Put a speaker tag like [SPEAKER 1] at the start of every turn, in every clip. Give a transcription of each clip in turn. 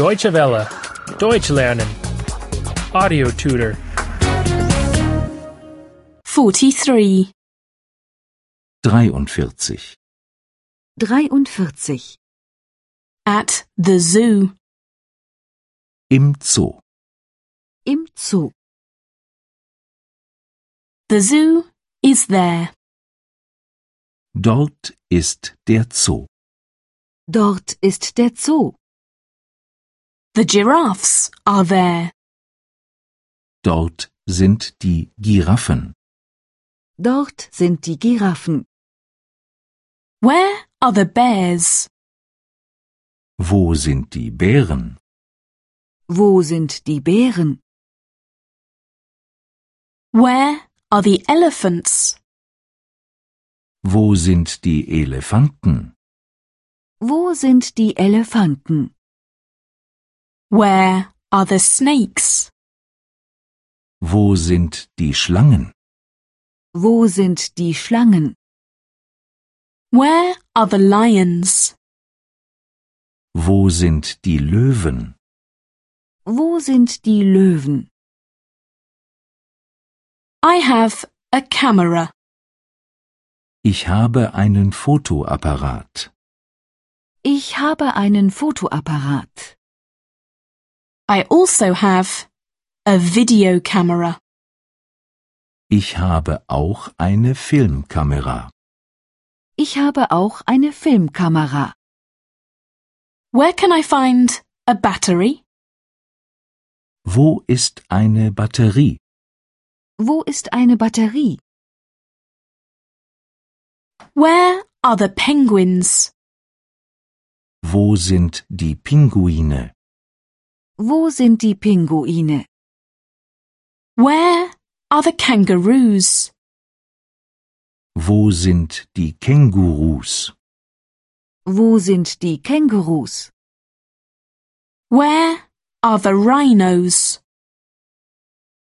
[SPEAKER 1] Deutsche Welle. Deutsch lernen. Audio tutor.
[SPEAKER 2] 43.
[SPEAKER 3] 43.
[SPEAKER 4] 43.
[SPEAKER 2] At the zoo.
[SPEAKER 3] Im Zoo.
[SPEAKER 4] Im Zoo.
[SPEAKER 2] The zoo is there.
[SPEAKER 3] Dort ist der Zoo.
[SPEAKER 4] Dort ist der Zoo.
[SPEAKER 2] The giraffes are there.
[SPEAKER 3] Dort sind die Giraffen.
[SPEAKER 4] Dort sind die Giraffen.
[SPEAKER 2] Where are the bears?
[SPEAKER 3] Wo sind die Bären?
[SPEAKER 4] Wo sind die Bären?
[SPEAKER 2] Where are the elephants?
[SPEAKER 3] Wo sind die Elefanten?
[SPEAKER 4] Wo sind die Elefanten?
[SPEAKER 2] Where are the snakes?
[SPEAKER 3] Wo sind die Schlangen?
[SPEAKER 4] Wo sind die Schlangen?
[SPEAKER 2] Where are the lions?
[SPEAKER 3] Wo sind die Löwen?
[SPEAKER 4] Wo sind die Löwen?
[SPEAKER 2] I have a camera.
[SPEAKER 3] Ich habe einen Fotoapparat.
[SPEAKER 4] Ich habe einen Fotoapparat.
[SPEAKER 2] I also have a video camera.
[SPEAKER 3] Ich habe auch eine Filmkamera.
[SPEAKER 4] Ich habe auch eine Filmkamera.
[SPEAKER 2] Where can I find a battery?
[SPEAKER 3] Wo ist eine Batterie?
[SPEAKER 4] Wo ist eine Batterie?
[SPEAKER 2] Where are the penguins?
[SPEAKER 3] Wo sind die Pinguine?
[SPEAKER 4] Wo sind die Pinguine?
[SPEAKER 2] Where are the kangaroos?
[SPEAKER 3] Wo sind die Kängurus?
[SPEAKER 4] Wo sind die Kängurus?
[SPEAKER 2] Where are the rhinos?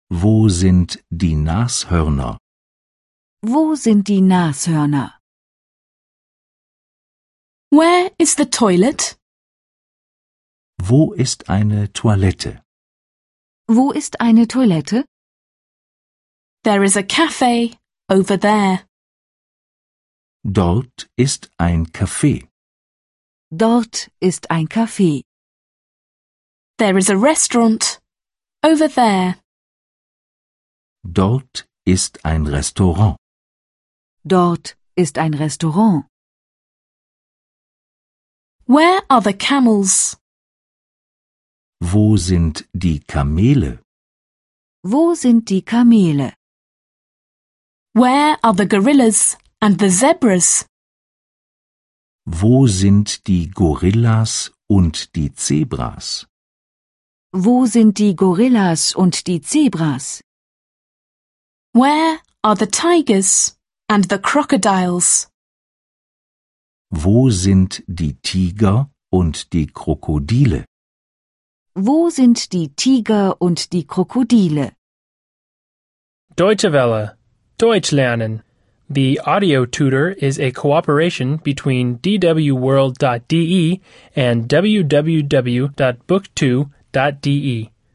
[SPEAKER 3] Wo sind die Nashörner?
[SPEAKER 4] Wo sind die Nashörner?
[SPEAKER 2] Where is the toilet?
[SPEAKER 3] Wo ist eine Toilette?
[SPEAKER 4] Wo ist eine Toilette?
[SPEAKER 2] There is a cafe over there.
[SPEAKER 3] Dort ist ein Café.
[SPEAKER 4] Dort ist ein Café.
[SPEAKER 2] There is a restaurant over there.
[SPEAKER 3] Dort ist ein Restaurant.
[SPEAKER 4] Dort ist ein Restaurant.
[SPEAKER 2] Where are the camels?
[SPEAKER 3] Wo sind die Kamele?
[SPEAKER 4] Wo sind die Kamele?
[SPEAKER 2] Where are the gorillas and the zebras?
[SPEAKER 3] Wo sind die Gorillas und die Zebras?
[SPEAKER 4] Wo sind die Gorillas und die Zebras?
[SPEAKER 2] Where are the tigers and the crocodiles?
[SPEAKER 3] Wo sind die Tiger und die Krokodile?
[SPEAKER 4] Wo sind die Tiger und die Krokodile?
[SPEAKER 1] Deutsche Welle. Deutsch lernen. The audio tutor is a cooperation between E dwworld.de and www.book2.de.